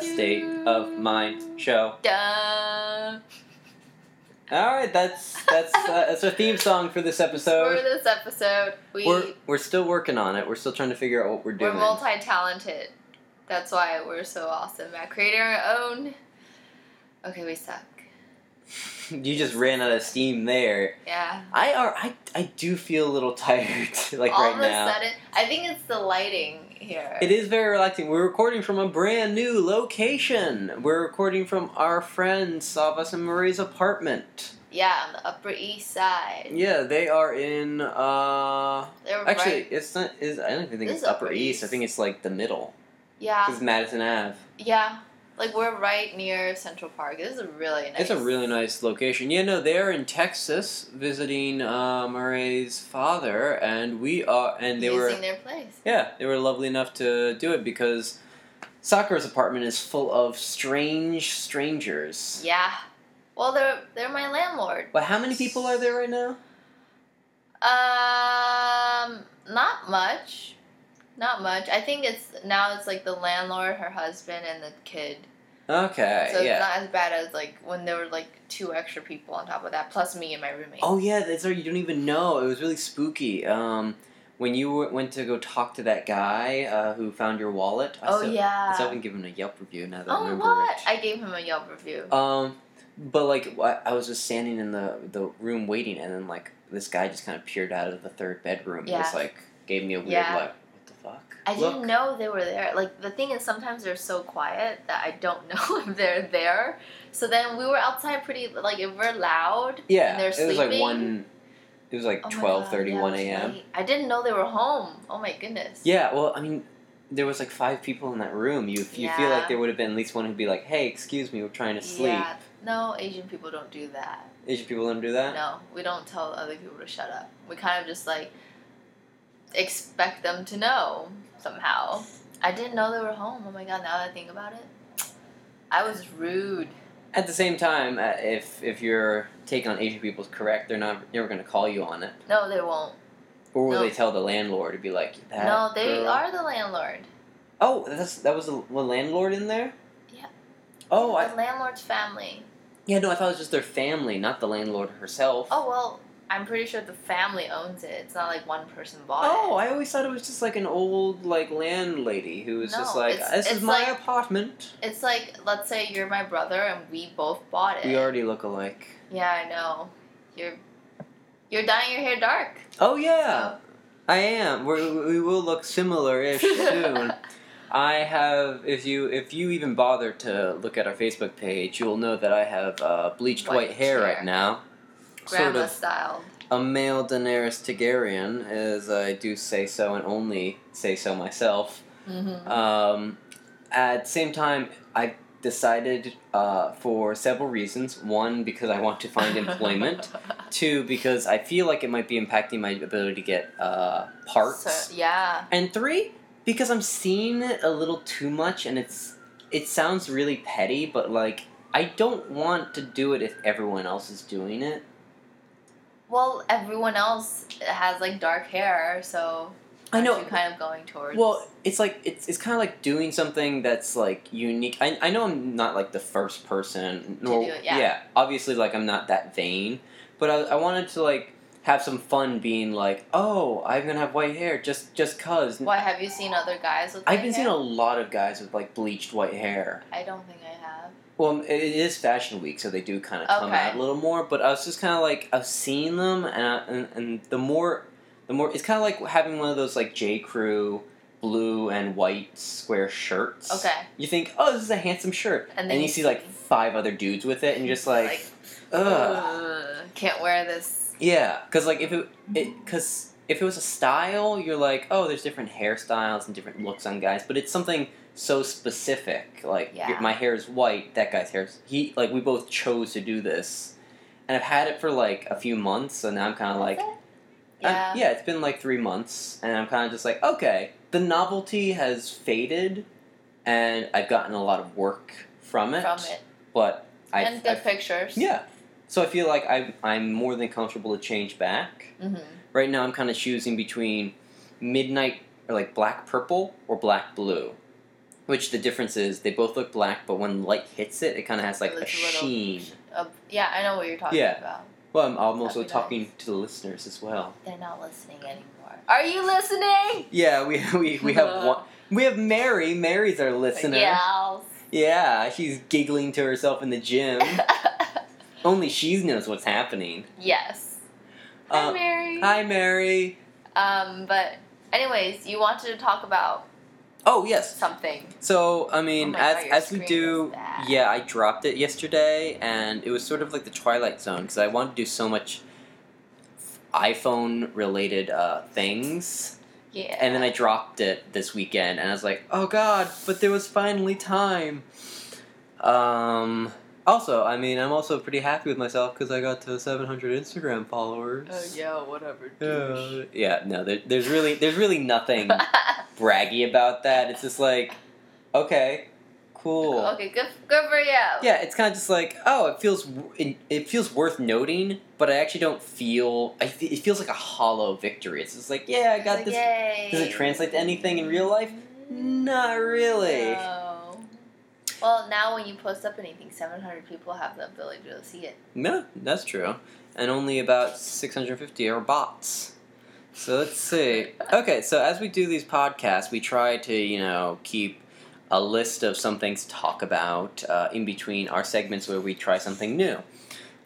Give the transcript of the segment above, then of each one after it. State of mind show. Duh. All right, that's that's uh, that's our theme song for this For episode. this episode, we We're we're still working on it. We're still trying to figure out what we're we're doing. multi-talented. That's why we're so awesome at creating our own. Okay, we suck. you just ran out of steam there. Yeah. I are I I do feel a little tired like All right of a now. sudden, I think it's the lighting here. It is very relaxing. We're recording from a brand new location. We're recording from our friend Savas and Marie's apartment. Yeah, on the Upper East Side. Yeah, they are in. uh... They're Actually, right. it's not. Is I don't even think It it's is Upper Upper East. I East. Ah. think it's like the middle. Yeah, It's Madison Ave. yeah. Like we're right near Central Park. This is a really nice. It's a really nice location. Yeah, no, they're in Texas visiting uh, Murray's father, and we are, and they using were, their place. yeah, they were lovely enough to do it because Sakura's apartment is full of strange strangers. Yeah. Well, they're they're my landlord. But how many people are there right now? Um, not much. Not much. I think it's now it's like the landlord, her husband, and the kid. Okay, So yeah. it's not as bad as like when there were like two extra people on top of that, plus me and my roommate. oh yeah, that's right. You don't even know. It was really spooky. Um, when you w- went to go talk to that guy uh, who found your wallet. I Oh, still, yeah. I still haven't given him a Yelp review now that I Oh remember what? it. I gave him a Yelp review. Um, but like I I was just standing in the the room waiting, and then like this guy just kind of peered out of the third bedroom. Yeah. and Just like gave me a weird Yeah. like, what the fuck? I Look. didn't know they were there. Like the thing is, sometimes they're so quiet that I don't know if they're there. So then we were outside pretty like if we're loud. Yeah, and they're it was like sleeping. one. It was like Oh my twelve God, thirty yeah, one it was a.m. late. I didn't know they were home. Oh my goodness. Yeah, well, I mean, there was like five people in that room. You you feel Yeah. like there would have been at least one who'd be like, "Hey, excuse me, we're trying to sleep." Yeah. No, Asian people don't do that. Asian people don't do that. No, we don't tell other people to shut up. We kind of just like expect them to know somehow. I didn't know they were home. Oh my god! Now that I think about it, I was rude. At the same time, uh, if if your take on Asian people is correct, they're not never going to call you on it, No, they won't. or will No. they tell the landlord to be like, that no, they girl- are the landlord. Oh, that's that was the the landlord in there. Yeah. Oh, I, the landlord's family. yeah. No, I thought it was just their family, not the landlord herself. Oh well, I'm pretty sure the family owns it. It's not like one person bought Oh, it. I always thought it was just like an old like landlady who was just No, like, it's- "This is it's my like- apartment." It's like let's say you're my brother and we both bought it. We already look alike. Yeah, I know. You're you're dyeing your hair dark. Oh yeah, I am. We're, we will look similar-ish soon. I have, if you if you even bother to look at our Facebook page, you'll know that I have uh, bleached white, White hair hair. right now. Grandma sort of style. a male Daenerys Targaryen, as I do say so and only say so myself. Mm-hmm. Um, at the same time, I decided uh, for several reasons. One, because I want to find employment. Two, because I feel like it might be impacting my ability to get uh, parts. So, yeah. and three, because I'm seeing it a little too much, and it's it sounds really petty, but like I don't want to do it if everyone else is doing it. Well, everyone else has like dark hair, so I know. aren't you kind of going towards. Well, it's like it's it's kind of like doing something that's like unique. I, I know I'm not like the first person, nor do it, yeah. obviously like I'm not that vain, but I, I wanted to like have some fun being like, oh, I'm gonna have white hair just just cause. why have you seen other guys with? I've light been hair? seeing a lot of guys with like bleached white hair. I don't think I have. Well, it, it is Fashion Week, so they do kind of come Okay. out a little more. But I was just kind of like I've seen them, and, I, and and the more, the more it's kind of like having one of those like J Crew blue and white square shirts. Okay. You think, oh, this is a handsome shirt, And and then then you you see like see- five other dudes with it, and you're just like, uh, Like, ugh, Ugh, can't wear this. yeah, because like if it, it, because if it was a style, you're like, oh, there's different hairstyles and different looks on guys, but it's something so specific. Like, Yeah. your- my hair is white, that guy's hair is he. Like, we both chose to do this, and I've had it for like a few months, so now I'm kind of like, Is it? I'm- yeah. yeah, it's been like three months, and I'm kind of just like, okay, the novelty has faded, and I've gotten a lot of work from it. From it. But I, and good I- pictures. yeah, so I feel like I'm I'm more than comfortable to change back. hmm right now I'm kind of choosing between midnight or like black purple or black blue. Which the difference is they both look black, but when light hits it, it kind of has like It a, looks a little- sheen. Uh, yeah, I know what you're talking Yeah. about. Well, I'm, I'm also That'd be talking to the listeners as well. They're not listening anymore. Are you listening? Yeah, we we, we have Uh, one. We have Mary. Mary's our listener. Yeah. Yeah, she's giggling to herself in the gym. Only she knows what's happening. yes. Hi, Uh, Mary. hi, Mary. Um, but anyways, you wanted to talk about Oh yes. something. So I mean, Oh my as God, your as we screen is do, bad. yeah, I dropped it yesterday, and it was sort of like the Twilight Zone because I wanted to do so much iPhone related uh, things, Yeah. and then I dropped it this weekend, and I was like, oh God, but there was finally time. Um. Also, I mean, I'm also pretty happy with myself because I got to 700 Instagram followers. Oh, yeah, whatever. Uh, yeah, no, there, there's really there's really nothing braggy about that. It's just like, okay, cool. okay, good, good for you. Yeah, it's kind of just like, oh, it feels it, it feels worth noting, but I actually don't feel. I fe- it feels like a hollow victory. It's just like, yeah, I got Like, this. Yay. Does it translate to anything in real life? Not really. No. Well, now when you post up anything, 700 people have the ability to see it. No, that's true. And only about 650 are bots. So let's see. Okay, so as we do these podcasts, we try to, you know, keep a list of some things to talk about uh, in between our segments where we try something new.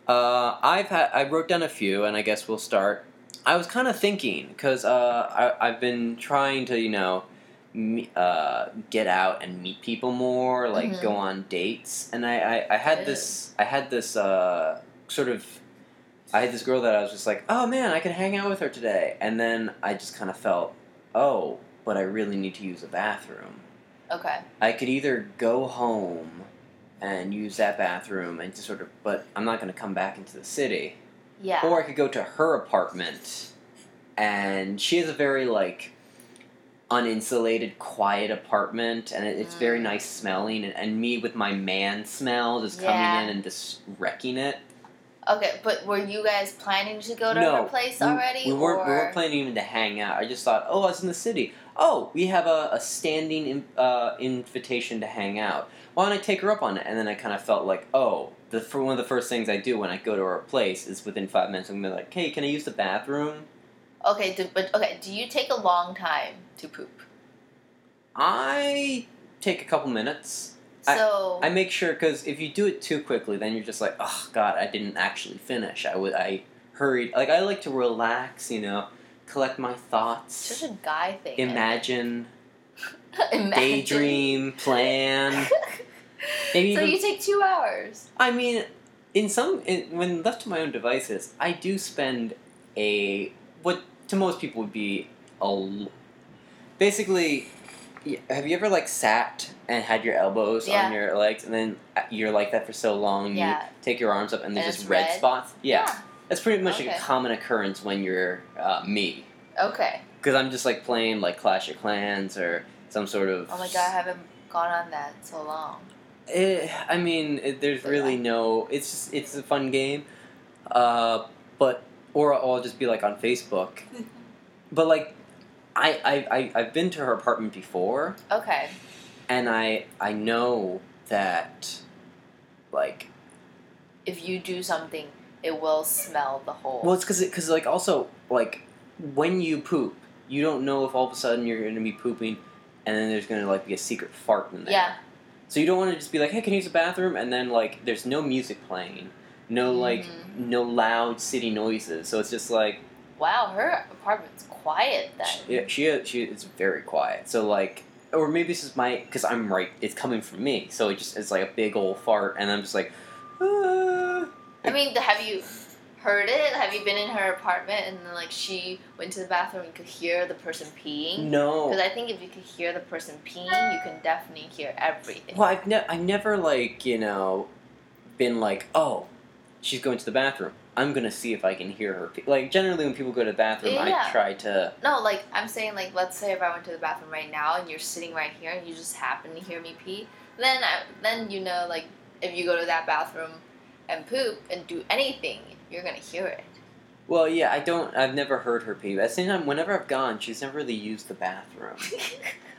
Uh, I've had I wrote down a few, and I guess we'll start. I was kind of thinking because uh, I- I've been trying to, you know, me, uh, get out and meet people more, like Mhm. go on dates, and I, I, I had this I had this uh, sort of I had this girl that I was just like, oh man, I could hang out with her today, and then I just kind of felt, oh, but I really need to use a bathroom. Okay. I could either go home and use that bathroom and just sort of, but I'm not going to come back into the city. Yeah. Or I could go to her apartment, and she has a very like uninsulated, quiet apartment, and it, it's very Mm. nice smelling. And, and me with my man smell just Yeah. coming in and just wrecking it. okay, but were you guys planning to go to No, her place we- already? We weren't, we or- weren't planning even to hang out. I just thought, oh, I was in the city. Oh, we have a, a standing in, uh, invitation to hang out. Why don't I take her up on it? And then I kind of felt like, oh, the for one of the first things I do when I go to her place is within five minutes I'm gonna be like, hey, can I use the bathroom? Okay, do, but okay, do you take a long time to poop? I take a couple minutes. I- So I make sure because if you do it too quickly, then you're just like, oh god, I didn't actually finish. I would I hurried. Like I like to relax, you know, collect my it's thoughts, such a guy thing. imagine. Imagine. daydream, plan. Maybe so even, you take two hours. I mean, in some, in, when left to my own devices, I do spend a what to most people would be a l- basically. y- Have you ever like sat and had your elbows Yeah. on your legs, and then uh, you're like that for so long? Yeah. You take your arms up, and they're And just it's red, red? spots. Yeah. that's pretty much Okay. a common occurrence when you're uh, me, Yeah. Okay. because I'm just like playing like Clash of Clans or some sort of Oh my god, I haven't gone on that in so long. Eh, I mean, it, there's But really no. It's just it's a fun game, uh, but or I'll just be like on Facebook. but like, I, I I I've been to her apartment before, Okay. and I I know that, like, If you do something, it will smell the whole. well, it's because because like also like when you poop, you don't know if all of a sudden you're gonna be pooping, and then there's gonna like be a secret fart in there. yeah. So you don't want to just be like, hey, can you use the bathroom? And then like, there's no music playing, no like, Mhm. no loud city noises. So it's just like, Wow, her apartment's quiet then. she, yeah, she uh, she it's very quiet. So like, or maybe this is my because I'm right. It's coming from me. So it just it's like a big old fart, and I'm just like, ah. I mean, the- have you heard it? Have you been in her apartment and then like she went to the bathroom and could hear the person peeing? no. Because I think if you could hear the person peeing, you can definitely hear everything. Well, I've, ne- I've never, like, you know, been like, oh, she's going to the bathroom. I'm going to see if I can hear her. Pe-. Like, generally, when people go to the bathroom, Yeah. I try to. No, like I'm saying, like let's say if I went to the bathroom right now and you're sitting right here and you just happen to hear me pee, then I, then you know like if you go to that bathroom and poop and do anything, you're gonna hear it. Well, yeah, I don't. I've never heard her pee. But at the same time, whenever I've gone, she's never really used the bathroom.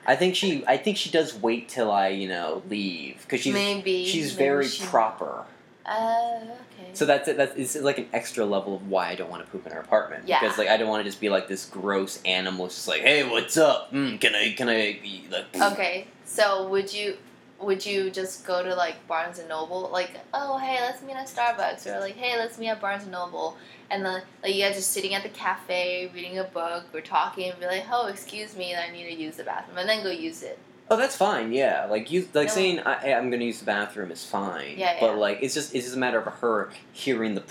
I think she. I think she does wait till I, you know, leave because she's maybe she's maybe very she- proper. Uh, okay. So that's it. That's it's like an extra level of why I don't want to poop in her apartment. Yeah. Because like I don't want to just be like this gross animal, just like, hey, what's up? Mm, can I? Can I? Be, like, poof." okay, so would you would you just go to like Barnes and Noble, like oh hey let's meet at Starbucks, or like hey let's meet at Barnes and Noble, and then like you guys just sitting at the cafe reading a book or talking and be like oh excuse me I need to use the bathroom and then go use it. Oh, that's fine. Yeah. Like you, like No. saying I, hey, I'm going to use the bathroom is fine. Yeah, yeah. But like it's just it's just a matter of her hearing the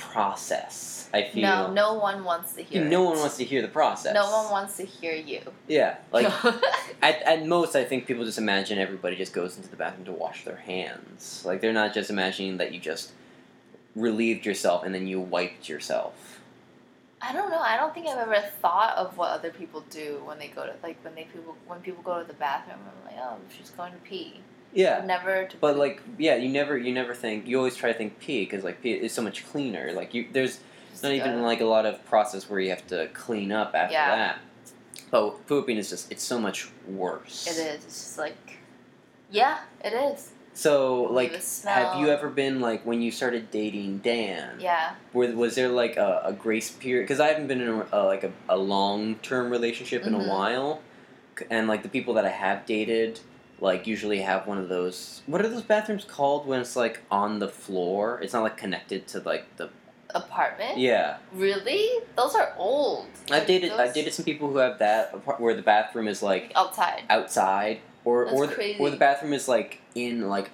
process. I feel. No, no one wants to hear. No it. one wants to hear the process. No one wants to hear you. Yeah. Like At, at most, I think people just imagine everybody just goes into the bathroom to wash their hands. Like, they're not just imagining that you just relieved yourself and then you wiped yourself. I don't know. I don't think I've ever thought of what other people do when they go to like when they people when people go to the bathroom. I'm like, oh, she's going to pee. Yeah. Never to. But, like, yeah, you never, you never think, you always try to think pee, because, like, pee is so much cleaner. Like, you, there's just not even, go. like, a lot of process where you have to clean up after Yeah. that. But pooping is just, it's so much worse. It is. It's just like, yeah, it is. So, like, The smell. have you ever been, like, when you started dating Dan? Yeah. Were, was there like a, a grace period? Because I haven't been in a, a, like a, a long term relationship in Mhm. a while, C- and like the people that I have dated, like usually have one of those. What are those bathrooms called when it's like on the floor? It's not like connected to like the Apartment. yeah. Really? Those are old. I've dated Those, I've dated some people who have that apart- where the bathroom is like outside. outside or That's or the, crazy. or the bathroom is like in like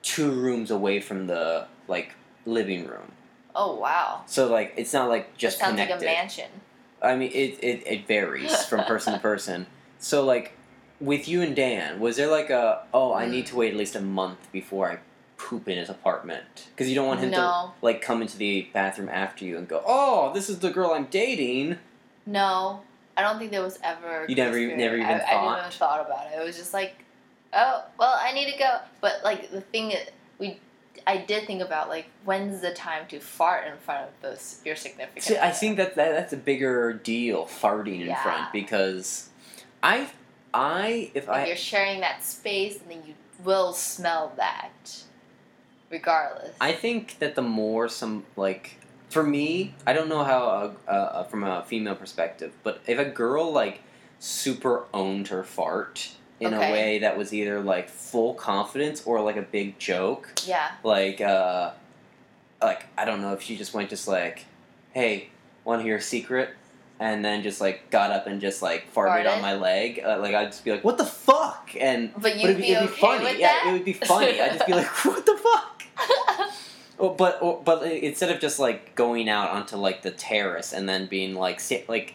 two rooms away from the like living room. Oh wow. So like it's not like just Sounds connected. like a mansion. I mean, it, it, it varies from person to person. So, like, with you and Dan, was there like a, oh, I need to wait at least a month before I poop in his apartment? Because you don't want him to, No, like, come into the bathroom after you and go, oh, this is the girl I'm dating. no. I don't think there was ever. a You never- grace you period. never even I, I thought? didn't even thought about it. It was just like, oh well, I need to go. But like the thing is, we. I did think about like when's the time to fart in front of those your significant. See, I other. think that, that that's a bigger deal, farting in Yeah. front, because I, I, if Like, I, you're sharing that space, and then you will smell that, regardless. I think that the more some like for me, I don't know how uh, uh, from a female perspective, but if a girl like super owned her fart in Okay. a way that was either like full confidence or like a big joke, yeah. like uh like I don't know if she just went just like, "Hey, want to hear a secret?" and then just like got up and just like farted, Farted? on my leg, uh, like I'd just be like, "What the fuck?" and But but you'd it'd be, be, it'd okay be funny. with yeah, that. it would be funny. I'd just be like, "What the fuck?" Well, but or, but instead of just like going out onto like the terrace and then being like sit, like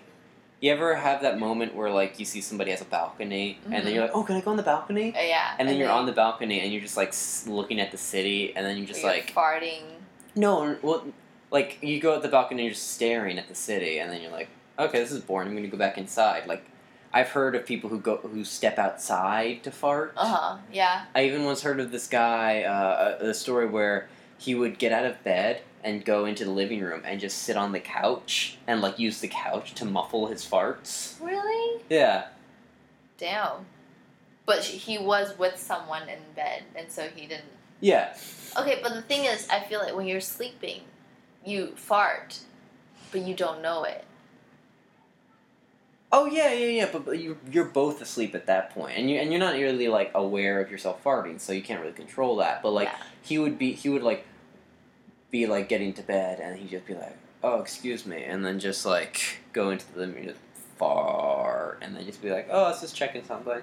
you ever have that moment where like you see somebody has a balcony and then you're like oh can I go on the balcony Uh, yeah. and then you're on the balcony and you're just like s- looking at the city and then you're just you're like farting. no n- well like you go at the balcony and you're just staring at the city and then you're like okay this is boring I'm gonna go back inside like I've heard of people who go who step outside to fart Uh huh. Yeah. I even once heard of this guy, uh, a a story where he would get out of bed and go into the living room and just sit on the couch and like use the couch to muffle his farts. Really? Yeah, Damn. But sh- he was with someone in bed, and so he didn't. yeah. Okay, but the thing is, I feel like when you're sleeping, you fart, but you don't know it. Oh yeah, yeah, yeah. But, but you you're both asleep at that point, and you and you're not really like aware of yourself farting, so you can't really control that. But like Yeah. he would be, he would like be like getting to bed, and he'd just be like, "Oh, excuse me," and then just like go into the living room, just fart, and then just be like, "Oh, I was just checking something."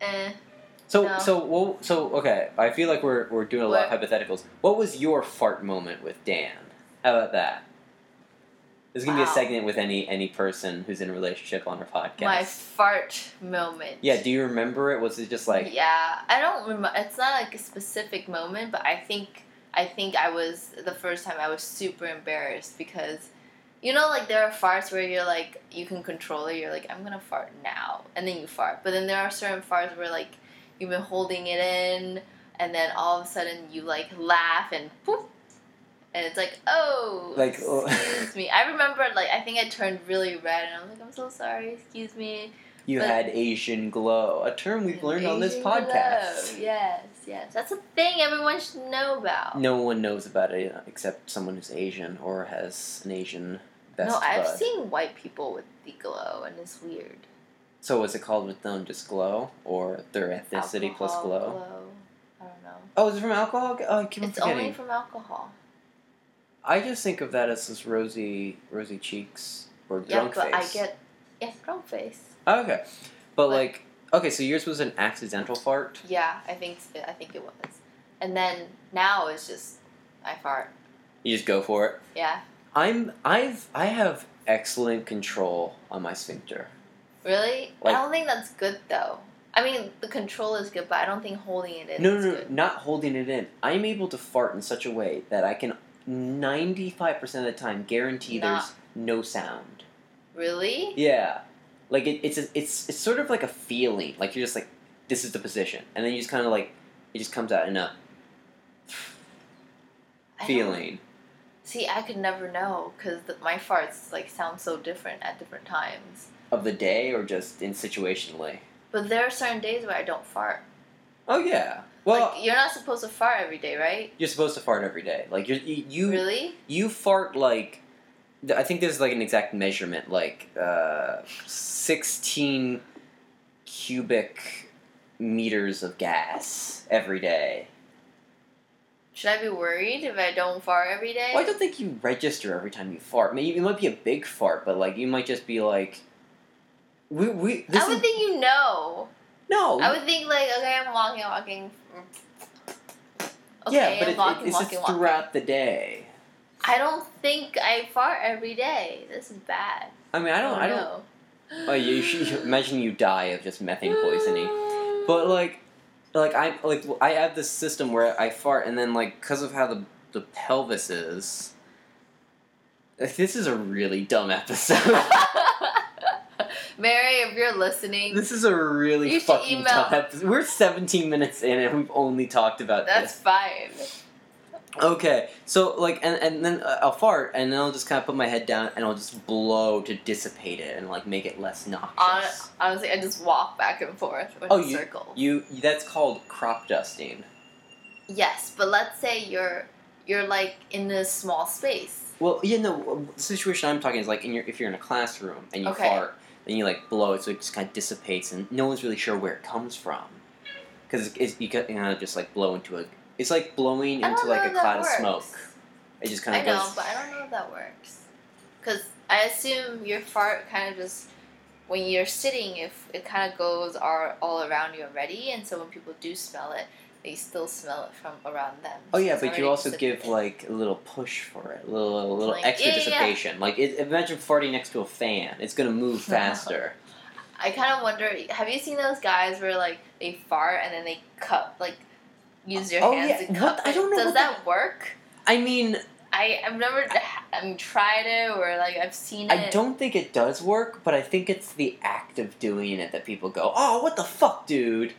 Eh. So No. so well, so okay. I feel like we're we're doing a lot What? of hypotheticals. What was your fart moment with Dan? How about that? There's gonna be Wow. a segment with any any person who's in a relationship on our podcast. My fart moment. yeah. Do you remember it? Was it just like yeah i don't remember it's not like a specific moment but i think i think i was the first time i was super embarrassed because you know like there are farts where you're like you can control it you're like i'm gonna fart now and then you fart but then there are certain farts where like you've been holding it in and then all of a sudden you like laugh and poof and it's like, oh, Like, oh. excuse me. I remember, like, I think I turned really red, and I was like, I'm so sorry, excuse me. You But- had Asian glow, a term we've learned on this Asian podcast. glow. Yes, yes, that's a thing everyone should know about. No one knows about it uh, except someone who's Asian or has an Asian best no, I've bud. seen white people with the glow, and it's weird. So is it called with them just glow or their ethnicity plus Alcohol glow? I don't know. Oh, is it from alcohol? Oh, I keep It's forgetting. only from alcohol. I just think of that as this rosy, rosy cheeks or Yeah, drunk but face. Oh, I get yeah, drunk face. okay, but But- like okay, so yours was an accidental fart. Yeah, I think I think it was. And then now it's just I fart. You just go for it. Yeah, I'm I've I have excellent control on my sphincter. really. Like- I don't think that's good though. I mean, the control is good, but I don't think holding it in. No, is no, no, good. not holding it in. I'm able to fart in such a way that I can 95% of the time guarantee there's no sound. Really? Yeah. Like it, it's a, it's it's sort of like a feeling. Like you're just like this is the position. And then you just kind of like it just comes out in a I don't- feeling. See, I could never know because my farts like sound so different at different times. of the day or just in situationally? But there are certain days where I don't fart. Oh yeah. Well, like, you're not supposed to fart every day, right? you're supposed to fart every day. Like you're, you you really? you fart like th- I think there's like an exact measurement like uh, 16 cubic meters of gas every day. Should I be worried if I don't fart every day? Well, I don't think you register every time you fart. Maybe it might be a big fart, but like you might just be like we we this I would is, think you know. no. I would think like, okay, I'm walking, walking. Okay, yeah, but I'm it- walking, it, it's walking, just walking. throughout the day. I don't think I fart every day. This is bad. I mean, I don't I don't know. Oh, you should you- imagine you die of just methane poisoning. But like, like I like I have this system where I fart and then like because of how the the pelvis is. Like, This is a really dumb episode. Mary, if you're listening, this is a really You should fucking email- dumb episode. We're 17 minutes in and we've only talked about that's fine. this. Okay, so like, and, and then uh, I'll fart and then I'll just kind of put my head down and I'll just blow to dissipate it and like make it less noxious. Hon- honestly, I just walk back and forth in Oh, a you- circle. you that's called crop dusting. Yes, but let's say you're you're like in this small space. Well, yeah, no. The situation I'm talking is like in your if you're in a classroom and you Okay. fart, then you like blow it, so it just kind of dissipates, and no one's really sure where it comes from, because it's, it's you kind of just like blow into a. It's like blowing I into don't like a know if that cloud of works. smoke. It just kind I of know, goes. but I don't know if that works. Because I assume your fart kind of just, when you're sitting, if it kind of goes all, all around you already, and so when people do smell it, they still smell it from around them. Oh So yeah, it's but you already also give dissipated. like a little push for it, a little a little Like, extra yeah, yeah, yeah. dissipation. Like it, imagine farting next to a fan; it's gonna move faster. I kind of wonder. Have you seen those guys where like they fart and then they cup like use your Oh, hands yeah. to What? cup? I it? don't know Does what that work? I mean, I I've never I'm tried it or like I've seen it. I don't think it does work, but I think it's the act of doing it that people go, "Oh, what the fuck, dude."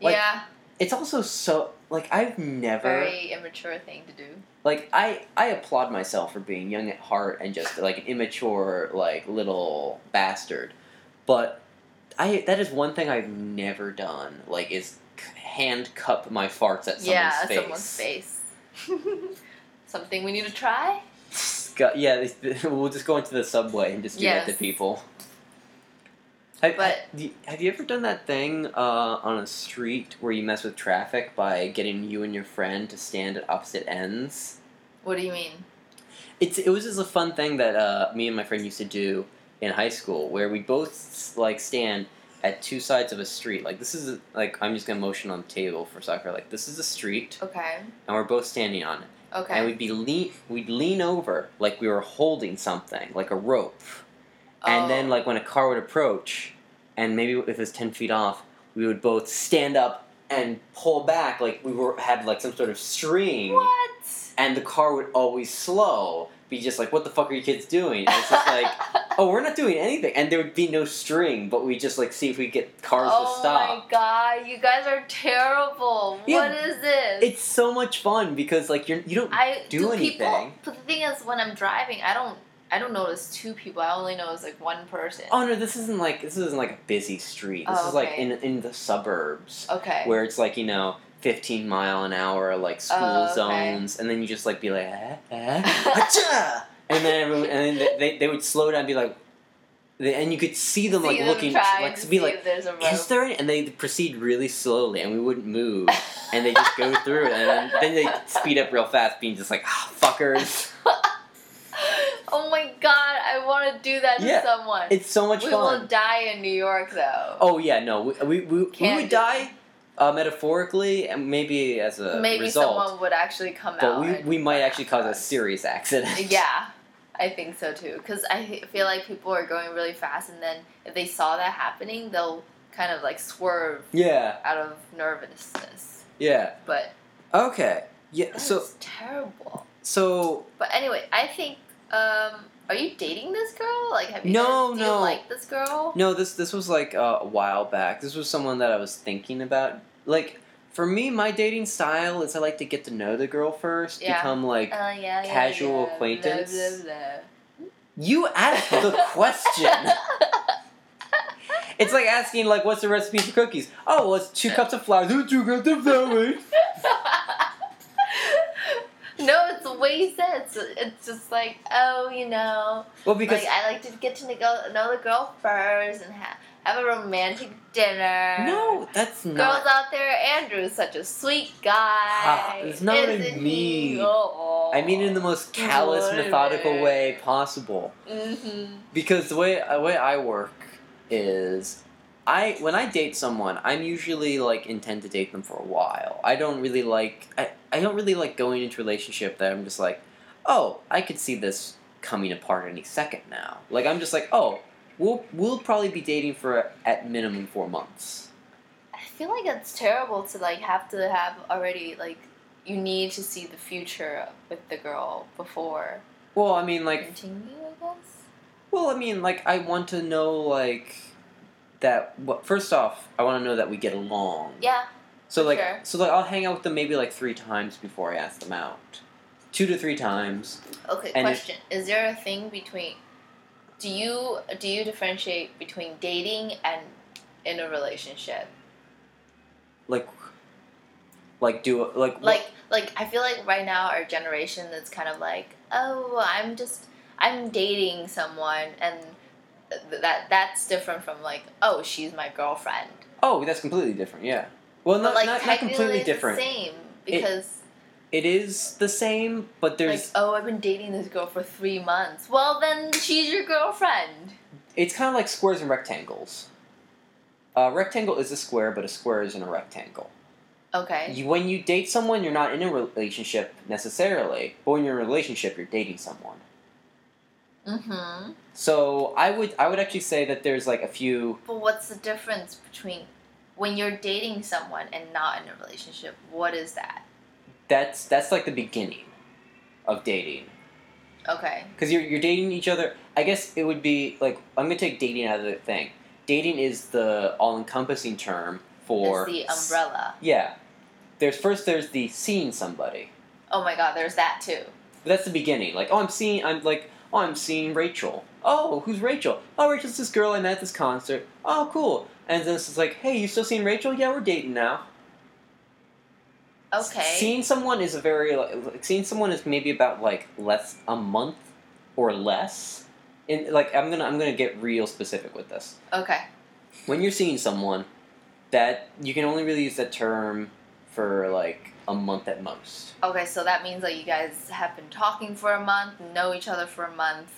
like, yeah, it's also so like I've never very immature thing to do. like I I applaud myself for being young at heart and just like an immature like little bastard, but I that is one thing I've never done like is c- hand cup my farts at someone's yeah, face. someone's face. Something we need to try. Sc- yeah, this- we'll just go into the subway and just do that Yes. to people. Have, But- have, you ever done that thing uh, on a street where you mess with traffic by getting you and your friend to stand at opposite ends? What do you mean? It's it was just a fun thing that uh, me and my friend used to do in high school, where we both like stand at two sides of a street. Like this is like I'm just gonna motion on the table for soccer. Like this is a street, Okay. and we're both standing on it. Okay. And we'd be lean, we'd lean over like we were holding something, like a rope. Oh. And then like when a car would approach, and maybe if it was ten feet off, we would both stand up and pull back like we were had like some sort of string Oh. what? and the car would always slow, be just like, "What the fuck are you kids doing?" And it's just like, oh, we're not doing anything, and there would be no string, but we just like see if we get cars oh to stop. my god, you guys are terrible. Yeah, what is this? It's so much fun because like you're you don't I do People, anything. but the thing is, when I'm driving, I don't I don't notice two people. I only notice like one person. Oh no, this isn't like this isn't like a busy street. This Oh, is like okay. in in the suburbs okay. where it's like you know. 15 mile an hour like school Oh, okay. zones and then you just like be like eh, eh, acha! and then everyone, and then they, they would slow down and be like they, and you could see them See like them looking trying like to be see like if there's a rope. is there any? and they proceed really slowly and we wouldn't move and they just go through it and then, then they speed up real fast being just like ah fuckers oh my god, I want to do that to Yeah, someone. it's so much we fun will die in New York though. oh yeah no we we, we, we Can't would do die uh, metaphorically and maybe as a maybe result someone would actually come but out. we, and we might run actually after cause a us. serious accident Yeah, I think so too. Because I he- feel like people are going really fast, and then if they saw that happening, they'll kind of like swerve yeah out of nervousness. yeah But okay yeah that's so terrible. so But anyway, I think. um Are you dating this girl? Like, have you? No, guys- do no. You like this girl? No, this this was like uh, a while back. This was someone that I was thinking about. Like for me, my dating style is I like to get to know the girl first, Yeah. become like Uh, yeah, yeah, Casual yeah, blah, acquaintance? blah, blah. you asked the question. It's like asking like what's the recipe for cookies? Oh, well, it's two cups of flour. Two cups of flour. no, it's the way he said. It's, it's just like, oh, you know, Well, because like I like to get to know, know the girl first and ha- have a romantic dinner. no, that's uh, Girls not. out there, Andrew's such a sweet guy. Ah, it's not what I Isn't mean. He? Oh. I mean, in the most callous, Whatever. methodical way possible. Mm-hmm. because the way the way I work is I when I date someone, I'm usually like intend to date them for a while. I don't really like I, I don't really like going into a relationship that I'm just like, "Oh, I could see this coming apart any second now." Like I'm just like, "Oh, we'll we'll probably be dating for at minimum 4 months." I feel like it's terrible to like have to have already like you need to see the future with the girl before Well, I mean like continue. I guess. Well, I mean, like I want to know like that. What first off, I want to know that we get along. Yeah. So like, sure. so like, I'll hang out with them maybe like three times before I ask them out, two to three times. Okay, And if- question. Is there a thing between do you do you differentiate between dating and in a relationship? Like, like do a- like Like like I feel like right now our generation is kind of like, "Oh, I'm just I'm dating someone and th- that that's different from like, "Oh, she's my girlfriend." oh, that's completely different. Yeah. Well, but not like not, not technically completely it's the different. same because It is the same, but like, there's "Oh, I've been dating this girl for 3 months." Well, then she's your girlfriend. it's kind of like squares and rectangles. A rectangle is a square, but a square isn't a rectangle. Okay. You, when you date someone, you're not in a relationship necessarily, but when you're in a relationship, you're dating someone. mhm. So I would I would actually say that there's like a few. But what's the difference between when you're dating someone and not in a relationship? What is that? That's that's like the beginning of dating Okay. because you're you're dating each other. I guess it would be like I'm gonna take dating out of the thing. Dating is the all encompassing term for it's the s- umbrella. Yeah, there's first there's the seeing somebody. Oh my god, there's that too. But that's the beginning. Like, oh, I'm seeing, I'm like, oh, I'm seeing Rachel. Oh, who's Rachel? Oh, Rachel's this girl I met at this concert. Oh, cool. And then it's just like, hey, you still seeing Rachel? Yeah, we're dating now. Okay. Seeing someone is a very like, like, seeing someone is maybe about like less a month or less. And like, I'm gonna I'm gonna get real specific with this. okay. When you're seeing someone, that you can only really use that term for like a month at most. Okay, so that means that you guys have been talking for a month, know each other for a month,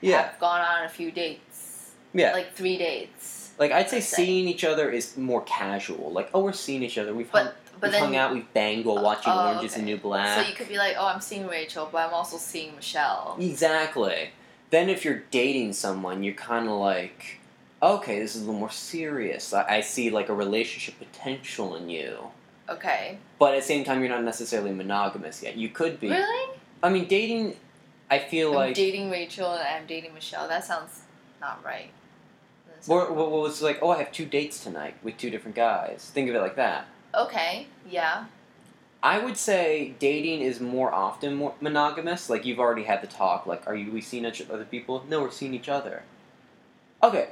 Yeah, have gone on a few dates. yeah. Like three dates. Like I'd say I'd say. seeing each other is more casual. Like oh, we're seeing each other. We've hung, But but we've then hung out. We've banged while watching Oh, Orange Is the okay. New so Black. you could be like, Oh, I'm seeing Rachel, but I'm also seeing Michelle. exactly. Then if you're dating someone, you're kind of like, okay, this is a little more serious. I, I see like a relationship potential in you. Okay. But at the same time, you're not necessarily monogamous yet. You could be. Really? I mean, dating. I feel I'm like dating Rachel and I'm dating Michelle. That sounds not right. That's Or, what what was like, oh, I have two dates tonight with two different guys. Think of it like that. okay, yeah, I would say dating is more often more monogamous. Like you've already had the talk. Like, are you we seeing each other people? No, we're seeing each other. Okay,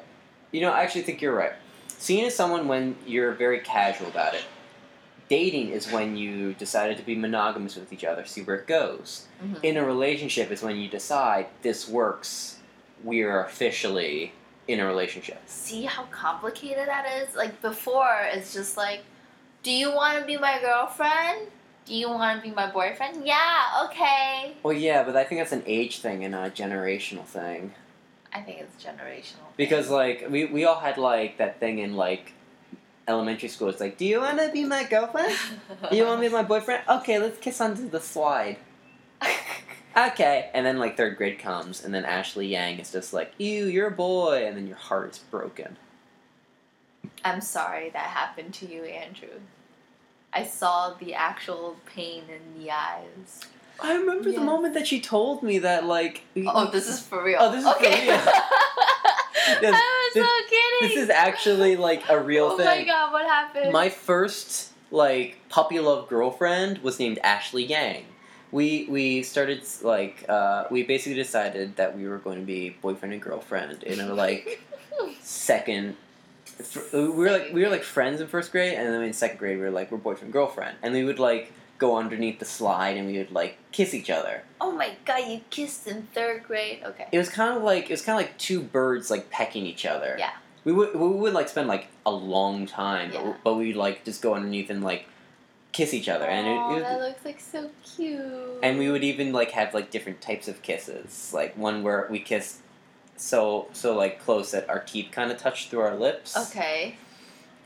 you know I actually think you're right. Seeing is someone when you're very casual about it. Dating is when you decided to be monogamous with each other. See where it goes. Mhm. In a relationship is when you decide this works. We're officially in a relationship. See how complicated that is? Like before, it's just like, do you want to be my girlfriend? Do you want to be my boyfriend? Yeah, okay. Well, yeah, but I think that's an age thing and not a generational thing. I think it's generational. Because like we, we all had like that thing in like elementary school. It's like, do you want to be my girlfriend? Do you want to be my boyfriend? Okay, let's kiss onto the slide. Okay, and then like third grade comes, and then Ashley Yang is just like, ew, you're a boy, and then your heart is broken. I'm sorry that happened to you, Andrew. I saw the actual pain in the eyes. I remember Yes. the moment that she told me that like, Oh, this is for real. Oh, this is for okay. real. Yes, I was this- so kidding. this is actually like a real oh thing. my god, what happened? My first like puppy love girlfriend was named Ashley Yang. We we started like uh, we basically decided that we were going to be boyfriend and girlfriend in our like second. fr- We were like we were like friends in first grade, and then in second grade we were like we're boyfriend and girlfriend, and we would like go underneath the slide and we would like kiss each other. oh my god, you kissed in third grade. Okay. It was kind of like it was kind of like two birds like pecking each other. Yeah. We would we would like spend like a long time, Yeah. but, but we'd like just go underneath and like kiss each other, and it, Aw, it was, that looks like so cute. and we would even like have like different types of kisses, like one where we kissed so so like close that our teeth kind of touched through our lips. Okay.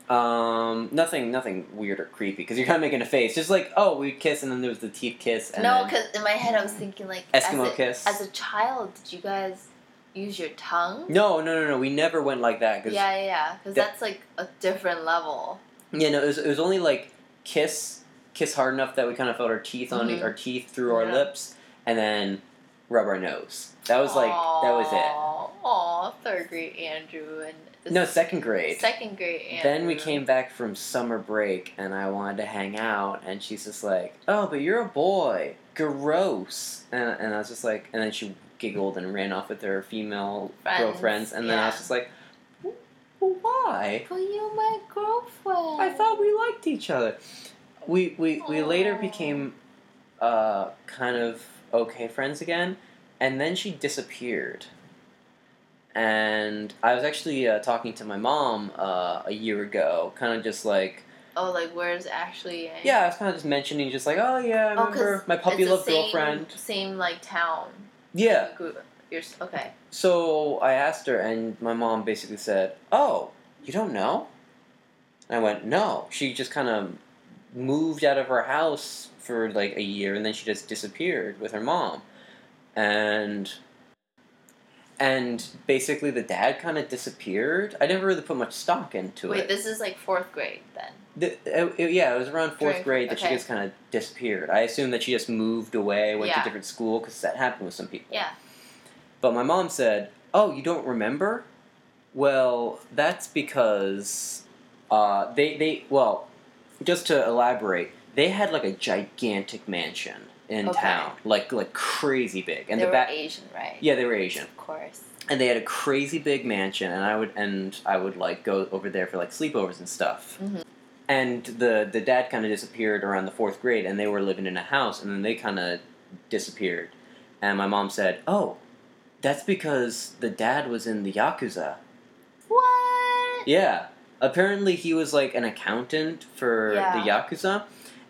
Um, nothing nothing weird or creepy because you're kind of making a face, just like oh we kiss and then there was the teeth kiss and no, then because in my head I was thinking like Eskimo as a, kiss. As a child, did you guys use your tongue? no no no no we never went like that because Yeah, yeah, yeah. Because that- that's like a different level. Yeah, no, it was, it was only like kiss, kiss hard enough that we kind of felt our teeth on Mhm. our teeth through our Yeah. lips, and then rub our nose. That was like that was it. Aw, third grade Andrew and No, second grade. second grade Andrew. Then we came back from summer break, and I wanted to hang out, and she's just like, "Oh, but you're a boy, gross," and, and I was just like, and then she giggled and ran off with her female Friends, girlfriends, and then I was yeah. just like, "Well, "Why?" Well, you my girlfriend. I thought we liked each other. We we, we later Aw. became uh, kind of okay friends again, and then she disappeared. And I was actually uh, talking to my mom uh, a year ago, kind of just like, Oh, like where's Ashley? And yeah, I was kind of just mentioning, just like, oh yeah, I Oh, remember 'cause my puppy it's the love same, girlfriend. Same like town. Yeah. You grew- You're s- okay. So I asked her, and my mom basically said, "Oh, you don't know?" And I went, "No." She just kind of moved out of her house for like a year, and then she just disappeared with her mom, and and basically the dad kind of disappeared. I never really put much stock into Wait, it. this is like fourth grade then. The- uh, it- yeah, it was around fourth During- grade that she okay. just kind of disappeared. I assume that she just moved away, went Yeah. to different school because that happened with some people. Yeah. But my mom said, "Oh, you don't remember? Well, that's because uh, they they well, just to elaborate, they had like a gigantic mansion in Okay. town, like like crazy big, and they the were back Asian, right? yeah they were Asian, Of course. and they had a crazy big mansion, and I would and I would like go over there for like sleepovers and stuff. Mhm. And the the dad kind of disappeared around the fourth grade, and they were living in a house, and then they kind of disappeared. And my mom said, "Oh, that's because the dad was in the yakuza." What? Yeah, apparently he was like an accountant for Yeah. the yakuza,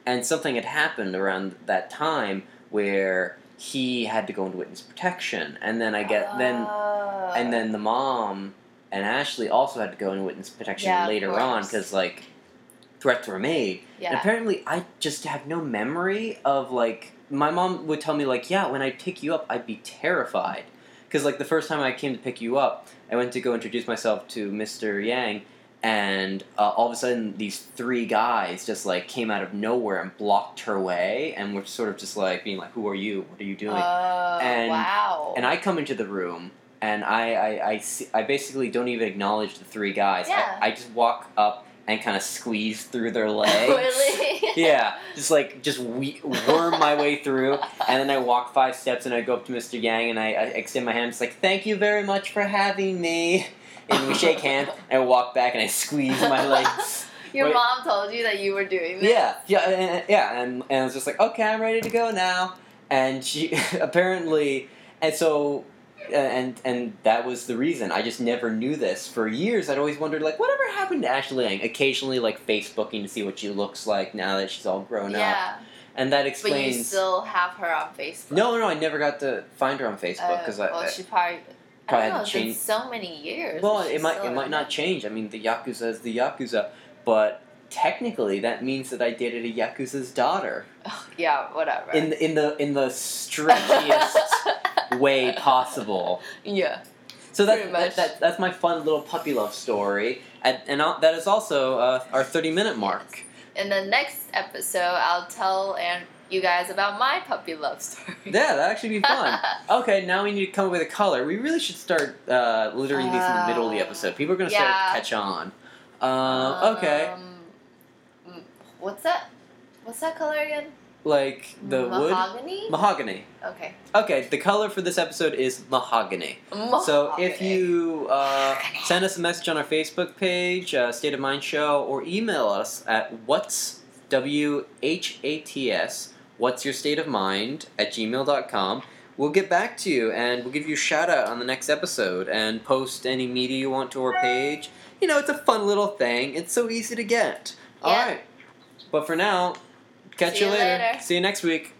and something had happened around that time where he had to go into witness protection, and then I get then Oh. and then the mom and Ashley also had to go in witness protection Yeah, of later on course. because like threats were made. And yeah. apparently, I just have no memory of like my mom would tell me like, yeah, when I pick you up, I'd be terrified because like the first time I came to pick you up, I went to go introduce myself to Mister Yang. And uh, all of a sudden, these three guys just like came out of nowhere and blocked her way, and were sort of just like being like, "Who are you? What are you doing?" Oh, and- wow. And I come into the room and I I, I, see, I basically don't even acknowledge the three guys. Yeah. I, I just walk up and kind of squeeze through their legs. really? Yeah, just like just we- worm my way through, and then I walk five steps and I go up to Mr. Yang and I, I extend my hand. It's like thank you very much for having me, and we shake hands. And I walk back and I squeeze my legs. Your Wait. mom told you that you were doing this. Yeah, yeah, and, and- yeah, and and I was just like, okay, I'm ready to go now. And she apparently, and so, and and that was the reason. I just never knew this for years. I'd always wondered, like, whatever happened to Ashley Lang? Occasionally, like Facebooking to see what she looks like now that she's all grown up, yeah. and that But explains. you still have her on Facebook. no, no, I never got to find her on Facebook because Uh, I. well, she probably. probably I don't know, had it's to been change- so many years. well, that it she's might still it might in not it. change. I mean, the yakuza is the yakuza, but technically, that means that I dated a yakuza's daughter. Yeah, whatever. in the in the in the stretchiest way possible. yeah. So that, Pretty that, much. that that's my fun little puppy love story, and, and I'll, that is also uh, our thirty minute mark. In the next episode, I'll tell and you guys about my puppy love story. Yeah, that actually be fun. okay, now we need to come up with a color. We really should start uh, littering these in the middle of the Uh, episode. People are gonna start yeah. to catch on. Uh, okay, Um, mm, what's that? What's that color again? like the wood mahogany. mahogany. okay. Okay, the color for this episode is mahogany. So if Mahogany. you uh, send us a message on our Facebook page, uh, State of Mind Show, or email us at what's w h a t s what's your state of mind at gmail.com. We'll get back to you and we'll give you a shout out on the next episode and post any media you want to our page. You know, it's a fun little thing. It's so easy to get. All Yeah. right. But for now, catch See you you later. See you next week.